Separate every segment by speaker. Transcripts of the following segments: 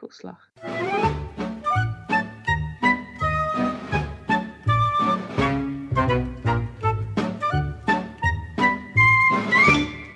Speaker 1: hagelslag.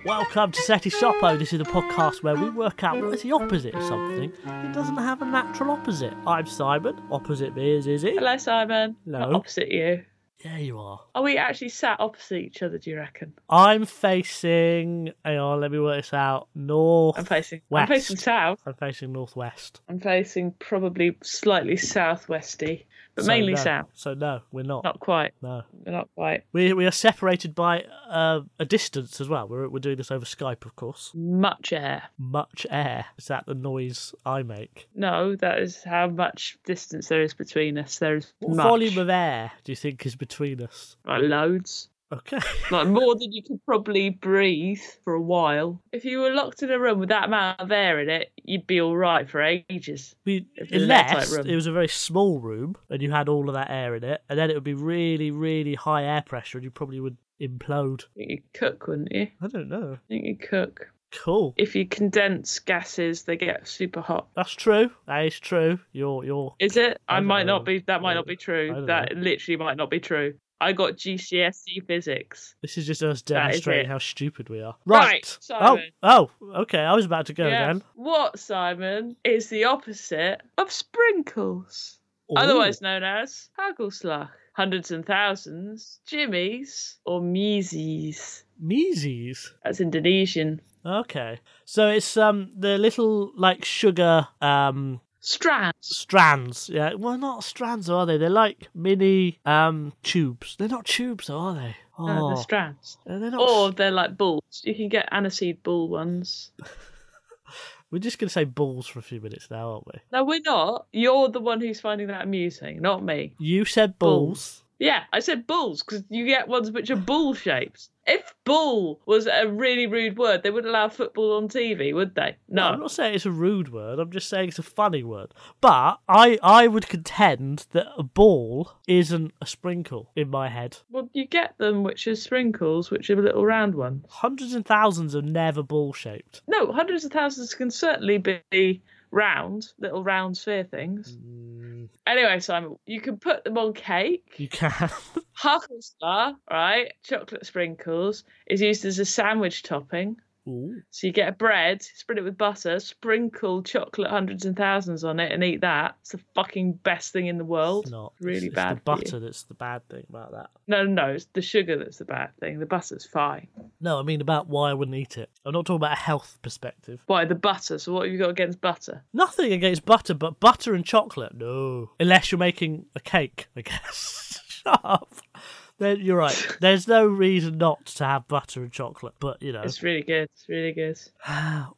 Speaker 2: Welcome to Seti Shoppo. This is the podcast where we work out what is the opposite of something that doesn't have a natural opposite. I'm Simon. Opposite me is Izzy.
Speaker 1: Hello, Simon.
Speaker 2: Hello.
Speaker 1: I'm opposite you.
Speaker 2: There you are.
Speaker 1: Are we actually sat opposite each other, do you reckon?
Speaker 2: I'm facing. Hang on, let me work this out. North.
Speaker 1: I'm facing
Speaker 2: West.
Speaker 1: I'm facing south.
Speaker 2: I'm facing northwest.
Speaker 1: I'm facing probably slightly southwesty, but
Speaker 2: So
Speaker 1: mainly
Speaker 2: no.
Speaker 1: south.
Speaker 2: So no, we're not.
Speaker 1: Not quite.
Speaker 2: No.
Speaker 1: Not quite.
Speaker 2: We we are separated by uh, a distance as well. We're we're doing this over Skype, of course.
Speaker 1: Much air.
Speaker 2: Much air. Is that the noise I make?
Speaker 1: No, that is how much distance there is between us. There is
Speaker 2: What
Speaker 1: much.
Speaker 2: volume of air do you think is between us?
Speaker 1: Like loads.
Speaker 2: Okay.
Speaker 1: Like more than you could probably breathe for a while. If you were locked in a room with that amount of air in it, you'd be all right for ages.
Speaker 2: I mean,
Speaker 1: It was a tight
Speaker 2: unless
Speaker 1: room.
Speaker 2: it was a very small room and you had all of that air in it, and then it would be really, really high air pressure, and you probably would implode.
Speaker 1: I think you'd cook, wouldn't you?
Speaker 2: I don't know.
Speaker 1: I think you'd cook.
Speaker 2: Cool.
Speaker 1: If you condense gases, they get super hot.
Speaker 2: That's true. That is true. You're you're
Speaker 1: Is it? I,
Speaker 2: I don't
Speaker 1: might
Speaker 2: know.
Speaker 1: not be. That might not be
Speaker 2: I
Speaker 1: true.
Speaker 2: don't
Speaker 1: That literally might not be true. I got GCSE E physics.
Speaker 2: This is just us
Speaker 1: is
Speaker 2: demonstrating
Speaker 1: it.
Speaker 2: how stupid we are.
Speaker 1: Right,
Speaker 2: Right.
Speaker 1: Simon.
Speaker 2: Oh, oh, okay. I was about to go then.
Speaker 1: What, Simon, is the opposite of sprinkles? Otherwise known as Hagelslag. Hundreds and thousands, jimmies, or meesies.
Speaker 2: Meesies.
Speaker 1: That's Indonesian.
Speaker 2: Okay. So it's um the little like sugar um
Speaker 1: Strands.
Speaker 2: strands. Yeah. Well, not strands, are they? They're like mini um tubes. They're not tubes, are they? Oh,
Speaker 1: No, they're Ah, strands.
Speaker 2: they're not.
Speaker 1: Or they're like balls. You can get aniseed ball ones.
Speaker 2: We're just gonna say balls for a few minutes now, aren't we?
Speaker 1: No, we're not. You're the one who's finding that amusing, not me.
Speaker 2: You said balls.
Speaker 1: Yeah, I said bulls because you get ones which are bull shaped. If bull was a really rude word, they wouldn't allow football on TV, would they?
Speaker 2: I'm
Speaker 1: No.
Speaker 2: not saying it's a rude word. I'm just saying it's a funny word. But I I would contend that a ball isn't a sprinkle in my head.
Speaker 1: Well, you get them which are sprinkles, which are little round ones.
Speaker 2: Hundreds and thousands are never ball shaped.
Speaker 1: No, hundreds of thousands can certainly be round, little round sphere things. Anyway, Simon, you can put them on cake.
Speaker 2: You can.
Speaker 1: Huckelstar, right? Chocolate sprinkles is used as a sandwich topping.
Speaker 2: Ooh.
Speaker 1: So you get a bread, spread it with butter, sprinkle chocolate hundreds and thousands on it, and eat that. It's the fucking best thing in the world.
Speaker 2: It's not It's-
Speaker 1: really
Speaker 2: it's,
Speaker 1: bad.
Speaker 2: the
Speaker 1: for you.
Speaker 2: butter that's the bad thing about that.
Speaker 1: No, no, no. It's the sugar that's the bad thing. The butter's fine.
Speaker 2: No, I mean about why I wouldn't eat it. I'm not talking about a health perspective.
Speaker 1: Why the butter? So what have you got against butter?
Speaker 2: Nothing against butter, but butter and chocolate, no. Unless you're making a cake, I guess. Shut up. Then you're right. There's no reason not to have butter and chocolate, but you know,
Speaker 1: It's really good. It's really good.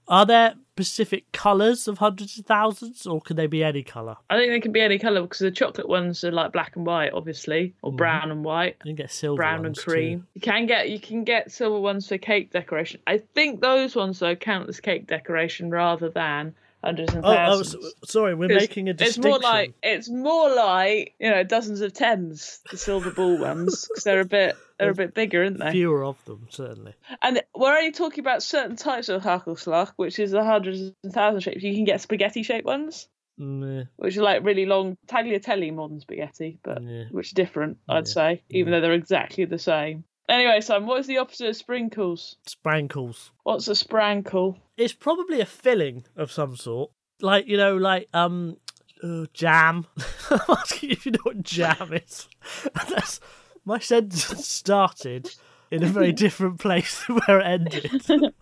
Speaker 2: are there specific colours of hundreds of thousands, or can they be any colour?
Speaker 1: I think they can be any colour because the chocolate ones are like black and white, obviously, or brown and white.
Speaker 2: You can get silver,
Speaker 1: brown and
Speaker 2: Mm-hmm. ones, too.
Speaker 1: cream. You can get you can get silver ones for cake decoration. I think those ones though count as cake decoration rather than hundreds and
Speaker 2: Oh, oh,
Speaker 1: thousands.
Speaker 2: so, sorry, we're
Speaker 1: 'Cause
Speaker 2: making a
Speaker 1: It's
Speaker 2: distinction.
Speaker 1: more like it's more like you know dozens of tens, the silver ball ones, because they're a bit they're a bit bigger, aren't they?
Speaker 2: fewer of them, certainly.
Speaker 1: And we're only talking about certain types of hakelslag, which is the hundreds and thousands shapes. You can get spaghetti shaped ones,
Speaker 2: Mm,
Speaker 1: which are like really long tagliatelle more than spaghetti, but
Speaker 2: Yeah.
Speaker 1: which are different, I'd say, even though they're exactly the same. Anyway, Sam, what is the opposite of sprinkles?
Speaker 2: Sprankles.
Speaker 1: What's a sprankle?
Speaker 2: it's probably a filling of some sort. Like, you know, like um uh, jam. I'm asking if you know what jam is. That's, my sentence started in a very different place than where it ended.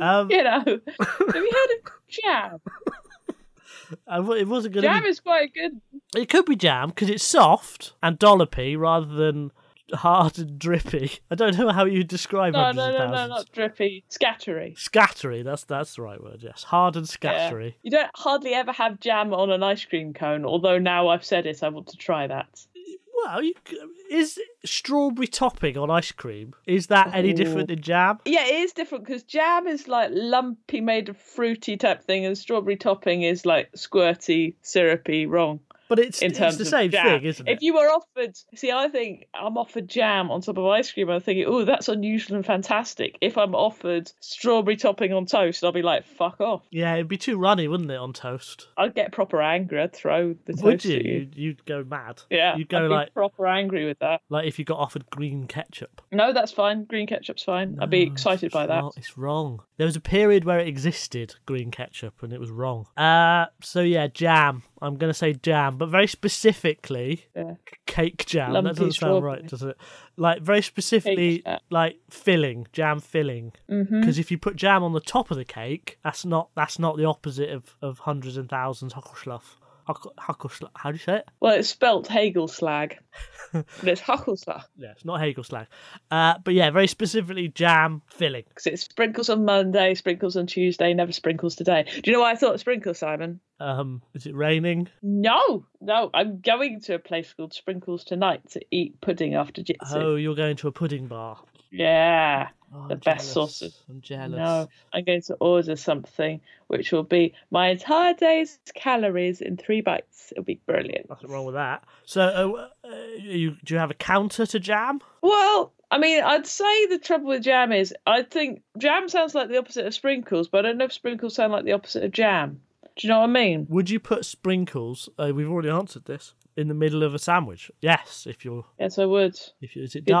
Speaker 2: Um,
Speaker 1: You know, have you heard of jam?
Speaker 2: I wa- it wasn't going
Speaker 1: Jam
Speaker 2: to
Speaker 1: is quite good.
Speaker 2: be. It could be jam because it's soft and dollopy rather than hard and drippy. I don't know how you describe
Speaker 1: No,
Speaker 2: hundreds
Speaker 1: no,
Speaker 2: of
Speaker 1: no, no,
Speaker 2: thousands.
Speaker 1: not drippy. Scattery.
Speaker 2: Scattery. That's that's the right word. Yes, hard and
Speaker 1: Yeah.
Speaker 2: scattery.
Speaker 1: You don't hardly ever have jam on an ice cream cone, although now I've said it, I want to try that.
Speaker 2: Well, you, c- is strawberry topping on ice cream? Is that any different than jam?
Speaker 1: Yeah, it is different because jam is like lumpy, made of fruity type thing, and strawberry topping is like squirty, syrupy, wrong.
Speaker 2: But it's,
Speaker 1: in
Speaker 2: it's
Speaker 1: terms
Speaker 2: the
Speaker 1: of
Speaker 2: same
Speaker 1: jam.
Speaker 2: thing, isn't
Speaker 1: If
Speaker 2: it?
Speaker 1: you were offered, see, I think I'm offered jam on top of ice cream. I'm thinking, oh, that's unusual and fantastic. If I'm offered strawberry topping on toast, I'll be like, fuck off.
Speaker 2: Yeah, it'd be too runny, wouldn't it, on toast?
Speaker 1: I'd get proper angry. I'd throw the toast
Speaker 2: Would you?
Speaker 1: at you.
Speaker 2: You'd, you'd go mad.
Speaker 1: Yeah,
Speaker 2: You'd go
Speaker 1: I'd be
Speaker 2: like
Speaker 1: proper angry with that.
Speaker 2: like if you got offered green ketchup.
Speaker 1: No, that's fine. Green ketchup's fine. I'd be
Speaker 2: No,
Speaker 1: excited
Speaker 2: it's
Speaker 1: by that.
Speaker 2: wrong- It's wrong. There was a period where it existed, green ketchup, and it was wrong. Uh, so yeah, jam. I'm gonna say jam, but very specifically,
Speaker 1: Yeah.
Speaker 2: cake jam.
Speaker 1: Lumpy
Speaker 2: that doesn't sound right, does it? Like very specifically,
Speaker 1: jam.
Speaker 2: like filling, jam filling.
Speaker 1: Mm-hmm.
Speaker 2: Because if you put jam on the top of the cake, that's not that's not the opposite of of hundreds and thousands huckelschluff. Huckel, huckelschluff. How do you say it?
Speaker 1: Well, it's spelt Hegel slag, but it's Huckelslag
Speaker 2: Yeah, it's not Hegel slang. Uh, but yeah, very specifically jam filling.
Speaker 1: because it's sprinkles on Monday, sprinkles on Tuesday, never sprinkles today. Do you know why I thought sprinkles, Simon?
Speaker 2: Um, is it raining?
Speaker 1: No, no, I'm going to a place called Sprinkles tonight to eat pudding after jitsu.
Speaker 2: Oh, you're going to a pudding bar.
Speaker 1: Yeah,
Speaker 2: Oh,
Speaker 1: The
Speaker 2: I'm
Speaker 1: best
Speaker 2: jealous.
Speaker 1: sauces.
Speaker 2: I'm jealous.
Speaker 1: no, I'm going to order something which will be my entire day's calories in three bites. It'll be brilliant.
Speaker 2: Nothing wrong with that. So, uh, uh, you do you have a counter to jam?
Speaker 1: Well, I mean, I'd say the trouble with jam is I think jam sounds like the opposite of sprinkles, but I don't know if sprinkles sound like the opposite of jam. Do you know what I mean?
Speaker 2: Would you put sprinkles? Uh, we've already answered this. In the middle of a sandwich? Yes, if you're
Speaker 1: Yes, I would.
Speaker 2: if you is it
Speaker 1: You're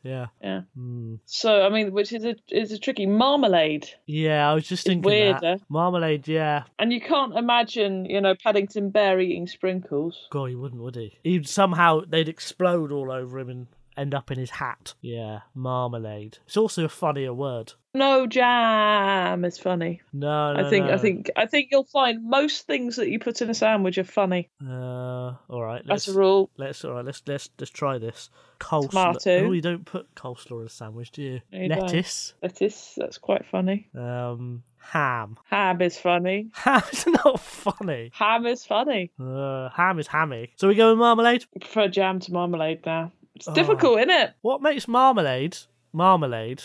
Speaker 1: Dutch.
Speaker 2: Yeah.
Speaker 1: Yeah.
Speaker 2: Mm.
Speaker 1: So I mean, which is a is a tricky marmalade,
Speaker 2: Yeah, I was just thinking that
Speaker 1: weirder.
Speaker 2: marmalade. Yeah,
Speaker 1: and you can't imagine, you know, Paddington Bear eating sprinkles.
Speaker 2: God, he wouldn't, would he? He'd somehow they'd explode all over him and end up in his hat. Yeah, marmalade. It's also a funnier word.
Speaker 1: No jam is funny.
Speaker 2: No, no
Speaker 1: I think I
Speaker 2: no.
Speaker 1: think I think you'll find most things that you put in a sandwich are funny.
Speaker 2: Uh, all right, let's
Speaker 1: That's a rule.
Speaker 2: let's all right, let's let's let's try this. Coleslaw.
Speaker 1: Tomato.
Speaker 2: Oh, you don't put coleslaw in a sandwich, do you?
Speaker 1: No, you don't.
Speaker 2: Lettuce.
Speaker 1: That is that's quite funny.
Speaker 2: Um, ham.
Speaker 1: Ham is funny.
Speaker 2: Ham's not funny.
Speaker 1: Ham is funny.
Speaker 2: Uh, ham is hammy. So we go with marmalade.
Speaker 1: I prefer jam to marmalade now. It's
Speaker 2: Oh.
Speaker 1: difficult, isn't it?
Speaker 2: What makes marmalade marmalade,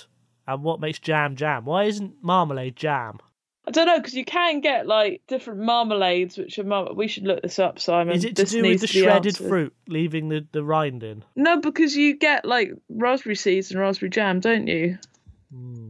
Speaker 2: and what makes jam jam? Why isn't marmalade jam?
Speaker 1: I don't know because you can get like different marmalades, which are mar- we should look this up, Simon.
Speaker 2: Is it to
Speaker 1: This
Speaker 2: do with
Speaker 1: needs
Speaker 2: the
Speaker 1: to be
Speaker 2: shredded
Speaker 1: answered.
Speaker 2: fruit leaving the, the rind in?
Speaker 1: No, because you get like raspberry seeds and raspberry jam, don't you?
Speaker 2: Hmm.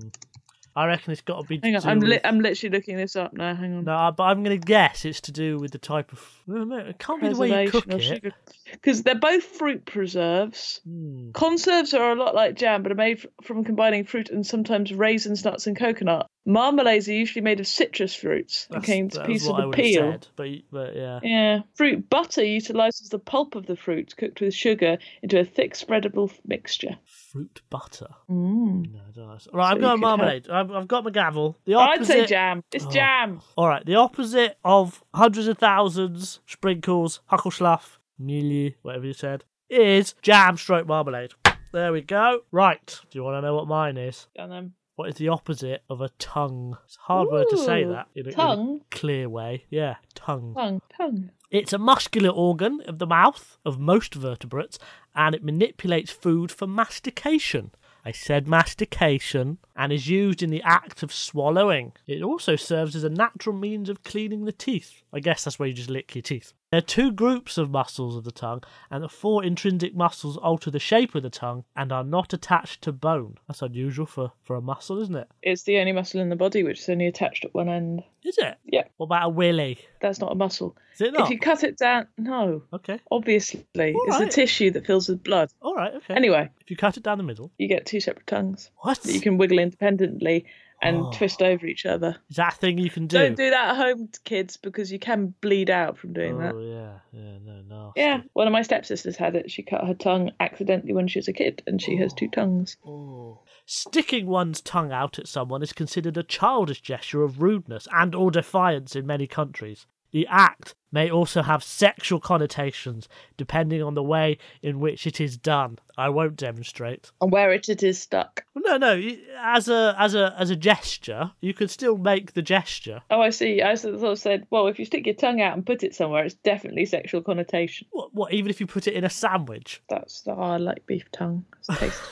Speaker 2: I reckon it's got to be.
Speaker 1: Hang
Speaker 2: to
Speaker 1: on,
Speaker 2: do
Speaker 1: I'm li- um,
Speaker 2: with-
Speaker 1: I'm literally looking this up now. Hang on.
Speaker 2: No, I- but I'm going to guess it's to do with the type of. No, no, it can't be the way you cook it.
Speaker 1: Because they're both fruit preserves.
Speaker 2: Hmm.
Speaker 1: Conserves are a lot like jam, but are made f- from combining fruit and sometimes raisins, nuts, and coconut. Marmalades are usually made of citrus fruits and
Speaker 2: That's-
Speaker 1: came to
Speaker 2: that was
Speaker 1: pieces
Speaker 2: what
Speaker 1: of
Speaker 2: I
Speaker 1: the
Speaker 2: would have
Speaker 1: peel.
Speaker 2: said, but y- but yeah.
Speaker 1: Yeah. Fruit butter utilizes the pulp of the fruit cooked with sugar into a thick, spreadable f- mixture.
Speaker 2: fruit butter.
Speaker 1: Mm.
Speaker 2: No, I don't know. Right, I've
Speaker 1: you
Speaker 2: got a
Speaker 1: could
Speaker 2: marmalade. I've, I've got my gavel. The
Speaker 1: I'd
Speaker 2: opposite.
Speaker 1: say jam. It's
Speaker 2: Oh.
Speaker 1: jam.
Speaker 2: All right, the opposite of hundreds of thousands, sprinkles, huckelschluff, mealy, whatever you said, is jam stroke marmalade. There we go. Right. Do you want to know what mine is?
Speaker 1: Done them.
Speaker 2: What is the opposite of a tongue? It's a hard word to say
Speaker 1: Ooh,
Speaker 2: that in a, in a
Speaker 1: tongue?
Speaker 2: clear way. Yeah, tongue.
Speaker 1: Tongue, tongue.
Speaker 2: It's a muscular organ of the mouth of most vertebrates and it manipulates food for mastication. I said mastication and is used in the act of swallowing. It also serves as a natural means of cleaning the teeth. I guess that's where you just lick your teeth. There are two groups of muscles of the tongue, and the four intrinsic muscles alter the shape of the tongue and are not attached to bone. That's unusual for, for a muscle, isn't it?
Speaker 1: It's the only muscle in the body which is only attached at one end.
Speaker 2: Is it?
Speaker 1: Yeah.
Speaker 2: What about a willy?
Speaker 1: That's not a muscle.
Speaker 2: Is it
Speaker 1: If
Speaker 2: not?
Speaker 1: you cut it down, no,
Speaker 2: Okay.
Speaker 1: obviously. It's
Speaker 2: right.
Speaker 1: a tissue that fills with blood.
Speaker 2: All right. Okay.
Speaker 1: Anyway,
Speaker 2: if you cut it down the middle,
Speaker 1: you get two separate tongues
Speaker 2: what?
Speaker 1: that you can wiggle independently and
Speaker 2: Oh.
Speaker 1: twist over each other.
Speaker 2: Is that a thing you can do?
Speaker 1: Don't do that at home, kids, because you can bleed out from doing that.
Speaker 2: Oh yeah, yeah, no, no.
Speaker 1: Yeah, one of my stepsisters had it. She cut her tongue accidentally when she was a kid, and she has two tongues.
Speaker 2: Sticking one's tongue out at someone is considered a childish gesture of rudeness and or defiance in many countries. The act may also have sexual connotations depending on the way in which it is done. I won't demonstrate.
Speaker 1: And where it, it is stuck.
Speaker 2: Well, no, no, you- as a as a as a gesture, you could still make the gesture.
Speaker 1: Oh, I see. I sort of said, well, if you stick your tongue out and put it somewhere, it's definitely sexual connotation.
Speaker 2: What, what even if you put it in a sandwich?
Speaker 1: That's the I like beef tongue. It's tasty.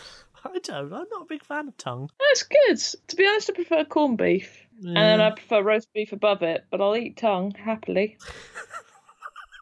Speaker 2: I don't. I'm not a big fan of tongue.
Speaker 1: That's good. To be honest, I prefer corned beef, and then I prefer roast beef above it. But I'll eat tongue happily.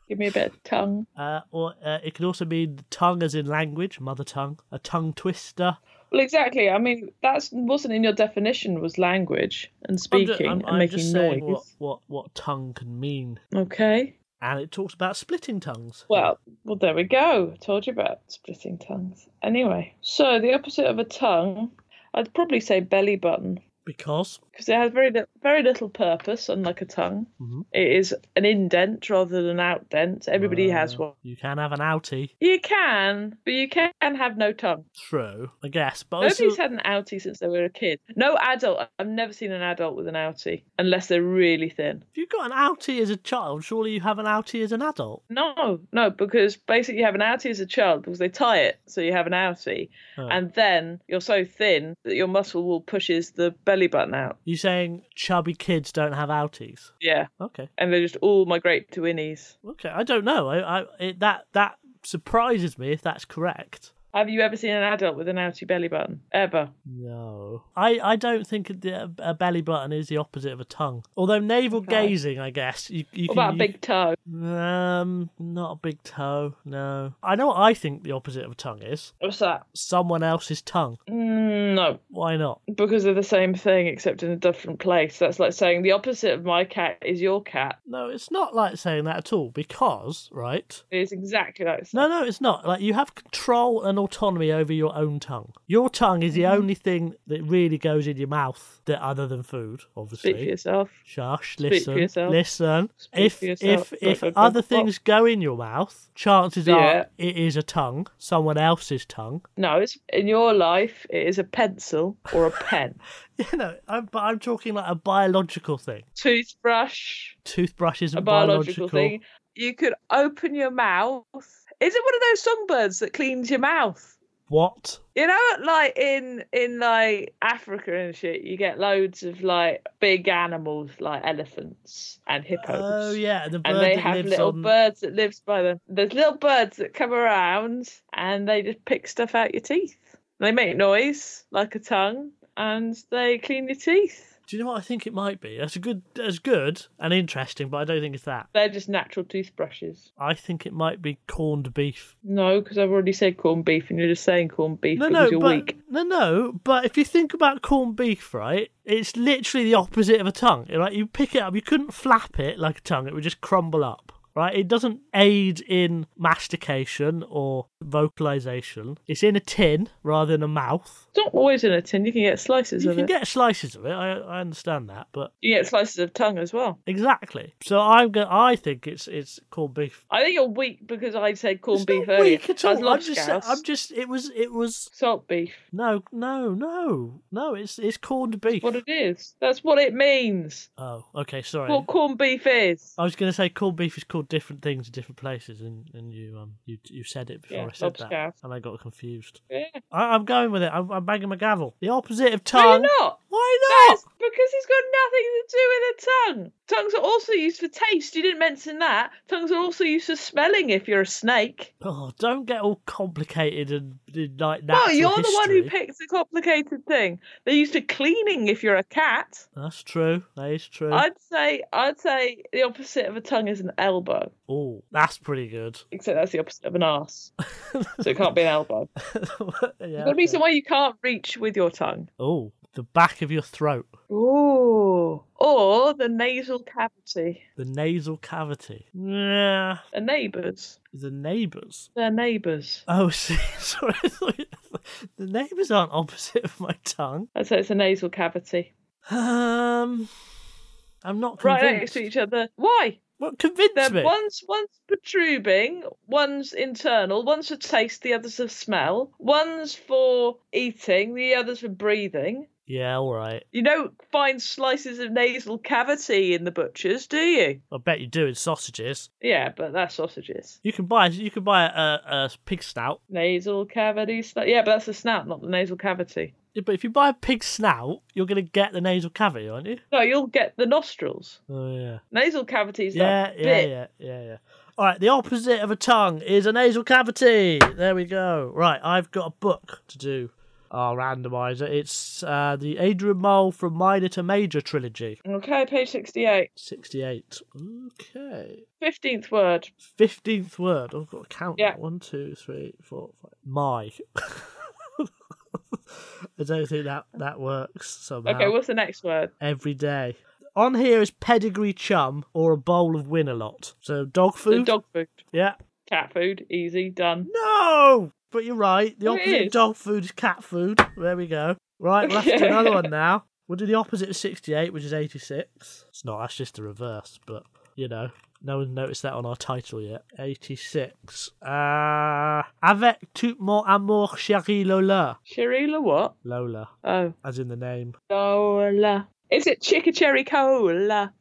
Speaker 1: Give me a bit of tongue.
Speaker 2: Uh, or uh, it can also mean tongue as in language, mother tongue, a tongue twister.
Speaker 1: Well, exactly. I mean, that's wasn't in your definition was language and
Speaker 2: I'm ju-
Speaker 1: speaking
Speaker 2: I'm,
Speaker 1: and
Speaker 2: I'm
Speaker 1: making
Speaker 2: just
Speaker 1: noise.
Speaker 2: saying what, what, what tongue can mean.
Speaker 1: Okay.
Speaker 2: And it talks about splitting tongues.
Speaker 1: Well, well, there we go. Told you about splitting tongues. Anyway, so the opposite of a tongue, I'd probably say belly button
Speaker 2: Because
Speaker 1: because it has very li- very little purpose, unlike a tongue.
Speaker 2: Mhm.
Speaker 1: It is an indent rather than an outdent. Everybody has
Speaker 2: Well,
Speaker 1: one.
Speaker 2: you can have an outie.
Speaker 1: You can, but you can have no tongue.
Speaker 2: True, I guess. But also,
Speaker 1: Nobody's had an outie since they were a kid. No adult. I've never seen an adult with an outie unless they're really thin.
Speaker 2: if you've got an outie as a child, surely you have an outie as an adult.
Speaker 1: No, no, because basically you have an outie as a child because they tie it, so you have an outie,
Speaker 2: Oh.
Speaker 1: and then you're so thin that your muscle will pushes the belly button out.
Speaker 2: You're saying chubby kids don't have outies?
Speaker 1: Yeah,
Speaker 2: Okay,
Speaker 1: and they just all migrate to innies.
Speaker 2: okay. I don't know. I, I it, that that surprises me if that's correct.
Speaker 1: Have you ever seen an adult with an outie belly button ever?
Speaker 2: No, I, I don't think the, a belly button is the opposite of a tongue. Although navel
Speaker 1: Okay.
Speaker 2: gazing, I guess you, you
Speaker 1: What
Speaker 2: can
Speaker 1: about a
Speaker 2: you-
Speaker 1: big toe?
Speaker 2: um not a big toe. No, I know what I think the opposite of a tongue is
Speaker 1: What's that?
Speaker 2: someone else's tongue.
Speaker 1: Mm, no,
Speaker 2: Why not?
Speaker 1: because they're the same thing except in a different place. That's like saying the opposite of my cat is your cat.
Speaker 2: No, it's not like saying that at all because, right?
Speaker 1: It's exactly like
Speaker 2: No, no, it's not. Like you have control and autonomy over your own tongue. Your tongue is the
Speaker 1: Mm-hmm.
Speaker 2: only thing that really goes in your mouth that other than food, obviously.
Speaker 1: speak for yourself.
Speaker 2: Shush,
Speaker 1: for
Speaker 2: listen.
Speaker 1: yourself.
Speaker 2: Listen.
Speaker 1: Speak
Speaker 2: if
Speaker 1: for yourself.
Speaker 2: if if
Speaker 1: Don't go-
Speaker 2: other
Speaker 1: don't-
Speaker 2: things go in your mouth, chances
Speaker 1: Yeah.
Speaker 2: are it is a tongue, someone else's tongue.
Speaker 1: No, it's in your life. It is a pencil or a pen,
Speaker 2: You know, I'm, but I'm talking like a biological thing.
Speaker 1: toothbrush,
Speaker 2: Toothbrush isn't
Speaker 1: a biological, thing. You could open your mouth. Is it one of those songbirds that cleans your mouth?
Speaker 2: What?
Speaker 1: You know, like in in like Africa and shit, you get loads of like big animals like elephants and hippos.
Speaker 2: Oh yeah, the bird
Speaker 1: And they
Speaker 2: that
Speaker 1: have
Speaker 2: lives
Speaker 1: little
Speaker 2: on.
Speaker 1: birds that lives by them. There's little birds that come around and they just pick stuff out your teeth. They make noise like a tongue and they clean your teeth.
Speaker 2: Do you know what I think it might be? That's a good, that's good and interesting, but I don't think it's that.
Speaker 1: They're just natural toothbrushes.
Speaker 2: I think it might be corned beef.
Speaker 1: No, because I've already said corned beef, and you're just saying corned beef
Speaker 2: No,
Speaker 1: because
Speaker 2: no,
Speaker 1: you're
Speaker 2: but
Speaker 1: weak.
Speaker 2: no, no. But if you think about corned beef, right, it's literally the opposite of a tongue. Like you pick it up, you couldn't flap it like a tongue; it would just crumble up. Right? It doesn't aid in mastication or vocalization. It's in a tin rather than a mouth.
Speaker 1: It's not always in a tin. You can get slices
Speaker 2: You
Speaker 1: of
Speaker 2: can
Speaker 1: it.
Speaker 2: get slices of it. I, I understand that, but
Speaker 1: You get slices of tongue as well.
Speaker 2: exactly. So I'm going. I think it's it's corned beef.
Speaker 1: I think you're weak because I said corned
Speaker 2: It's
Speaker 1: beef
Speaker 2: not
Speaker 1: earlier.
Speaker 2: weak at
Speaker 1: I was
Speaker 2: all. I'm just. sa-
Speaker 1: Lobscouse.
Speaker 2: I'm just. It was. It was.
Speaker 1: Salt beef.
Speaker 2: No, no, no, no. It's it's corned beef.
Speaker 1: What it is. That's what it means.
Speaker 2: Oh, okay. Sorry.
Speaker 1: What corned beef is.
Speaker 2: I was going to say corned beef is called different things in different places, and, and you um you you said it before
Speaker 1: Yeah,
Speaker 2: I said that,
Speaker 1: lobscouse.
Speaker 2: and I got confused.
Speaker 1: Yeah.
Speaker 2: I, I'm going with it. I'm, I'm banging my gavel. The opposite of
Speaker 1: No, you're
Speaker 2: tongue.
Speaker 1: not.
Speaker 2: Why not?
Speaker 1: That's because it's got nothing to do with a tongue. Tongues are also used for taste. You didn't mention that. Tongues are also used for smelling if you're a snake.
Speaker 2: Oh, don't get all complicated and, and like that.
Speaker 1: Well, you're the one who picks the complicated thing. They're used to cleaning if you're a cat.
Speaker 2: That's true. That is true.
Speaker 1: I'd say I'd say the opposite of a tongue is an elbow.
Speaker 2: Oh, that's pretty good.
Speaker 1: Except that's the opposite of an arse. so it can't be an elbow.
Speaker 2: yeah,
Speaker 1: There's gotta be
Speaker 2: okay.
Speaker 1: somewhere you can't reach with your tongue.
Speaker 2: Oh, the back of your throat,
Speaker 1: Ooh. Or the nasal cavity.
Speaker 2: the nasal cavity. Yeah,
Speaker 1: They're neighbours.
Speaker 2: the neighbours.
Speaker 1: They're neighbours.
Speaker 2: Oh, see, sorry. I thought you- the neighbours aren't opposite of my tongue.
Speaker 1: I'd say it's a nasal cavity.
Speaker 2: Um, I'm not
Speaker 1: Right
Speaker 2: convinced.
Speaker 1: next to each other. Why?
Speaker 2: What convinced
Speaker 1: They're
Speaker 2: me?
Speaker 1: one's one's protruding, one's internal, one's for taste, the other's for smell, one's for eating, the other's for breathing.
Speaker 2: Yeah, all right.
Speaker 1: You don't find slices of nasal cavity in the butchers, do you?
Speaker 2: I bet you do in sausages.
Speaker 1: Yeah, but that's sausages.
Speaker 2: You can buy you can buy a, a pig snout,
Speaker 1: Nasal cavity, snout. Yeah, but that's the snout, not the nasal cavity.
Speaker 2: Yeah, but if you buy a pig snout, you're gonna get the nasal cavity, aren't you?
Speaker 1: No, you'll get the nostrils.
Speaker 2: Oh yeah.
Speaker 1: Nasal cavity is
Speaker 2: Yeah,
Speaker 1: that
Speaker 2: yeah,
Speaker 1: bit.
Speaker 2: yeah, yeah, yeah. All right, the opposite of a tongue is a nasal cavity. There we go. Right, I've got a book to do our randomizer. It's uh, the Adrian Mole from Minor to Major trilogy.
Speaker 1: Okay, page 68.
Speaker 2: 68. Okay.
Speaker 1: 15th word.
Speaker 2: 15th word. I've got to count.
Speaker 1: Yeah.
Speaker 2: that. One, two, three, four, five. My. I don't think that, that works somehow.
Speaker 1: Okay, what's the next word?
Speaker 2: Every day. On here is pedigree chum or a bowl of Winalot. So dog
Speaker 1: The
Speaker 2: food.
Speaker 1: dog food.
Speaker 2: yeah.
Speaker 1: Cat food. Easy. Done.
Speaker 2: No! But you're right. The
Speaker 1: Oh, it
Speaker 2: opposite
Speaker 1: is.
Speaker 2: of dog food is cat food. There we go. Right, we'll have to do another one now. We'll do the opposite of 68, which is 86. It's not, that's just the reverse, but you know, no one's noticed that on our title yet. 86. Uh, avec tout mon amour, chérie Lola.
Speaker 1: Shirila what?
Speaker 2: Lola,
Speaker 1: Oh.
Speaker 2: as in the name.
Speaker 1: Cola. Is it Chicka Cherry Cola?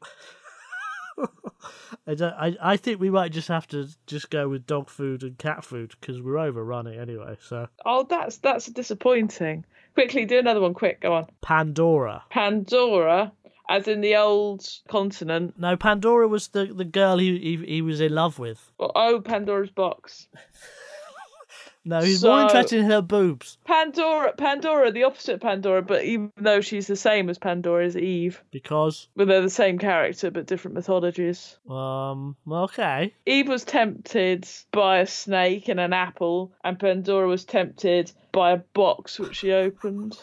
Speaker 2: I, don't, I, I think we might just have to just go with dog food and cat food because we're overrunning anyway. So,
Speaker 1: Oh, that's that's disappointing. Quickly, do another one. Quick, go on.
Speaker 2: Pandora.
Speaker 1: Pandora, as in the old continent.
Speaker 2: No, Pandora was the, the girl he, he he was in love with.
Speaker 1: Or, oh, Pandora's box.
Speaker 2: No, he's
Speaker 1: So-
Speaker 2: more interested in her boobs
Speaker 1: Pandora, Pandora, the opposite of Pandora, but even though she's the same as Pandora's Eve,
Speaker 2: because
Speaker 1: but they're the same character but different mythologies.
Speaker 2: um okay
Speaker 1: Eve was tempted by a snake and an apple, and Pandora was tempted by a box which she opened.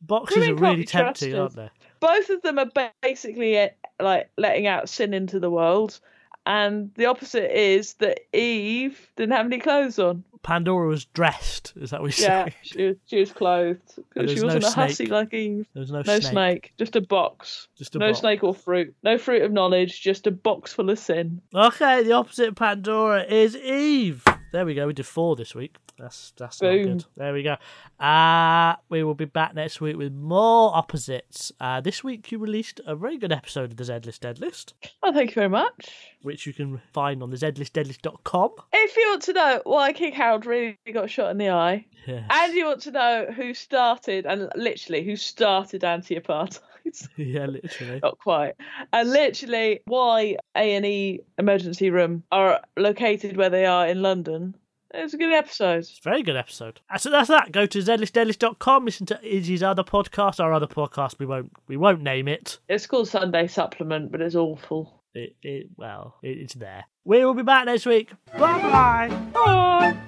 Speaker 2: boxes
Speaker 1: Women
Speaker 2: are
Speaker 1: can't
Speaker 2: really
Speaker 1: be
Speaker 2: tempting,
Speaker 1: trusted.
Speaker 2: aren't they?
Speaker 1: both of them are ba- basically eh, like letting out sin into the world and the opposite is that eve didn't have any clothes on
Speaker 2: Pandora was dressed. Is that what you
Speaker 1: yeah
Speaker 2: say?
Speaker 1: she was, she was clothed
Speaker 2: And
Speaker 1: she
Speaker 2: there's no
Speaker 1: wasn't a
Speaker 2: snake.
Speaker 1: hussy like eve
Speaker 2: There was no,
Speaker 1: no
Speaker 2: snake.
Speaker 1: snake. just a box
Speaker 2: Just a
Speaker 1: no
Speaker 2: box.
Speaker 1: snake or fruit no fruit of knowledge just a box full of sin
Speaker 2: Okay, the opposite of Pandora is Eve. There we go. We did four this week. That's that's not
Speaker 1: Boom.
Speaker 2: good. There we go. Uh we will be back next week with more opposites. Uh, this week you released a very good episode of the Zedlist Deadlist,
Speaker 1: oh thank you very much
Speaker 2: which you can find on the zlistdeadlist.com.
Speaker 1: if you want to know why king harold really got shot in the eye
Speaker 2: Yeah.
Speaker 1: and you want to know who started and literally who started anti-apartheid
Speaker 2: yeah, literally.
Speaker 1: not quite. And literally, why A and E emergency room are located where they are in London? It was a good episode.
Speaker 2: Very good episode. Uh, So that's that. Go to zlistdeadlist.com, listen to Izzy's other podcast, our other podcast. We won't we won't name it.
Speaker 1: It's called Sunday Supplement, but it's awful.
Speaker 2: It, it well, it, it's there. We will be back next week. Bye bye.
Speaker 1: Bye.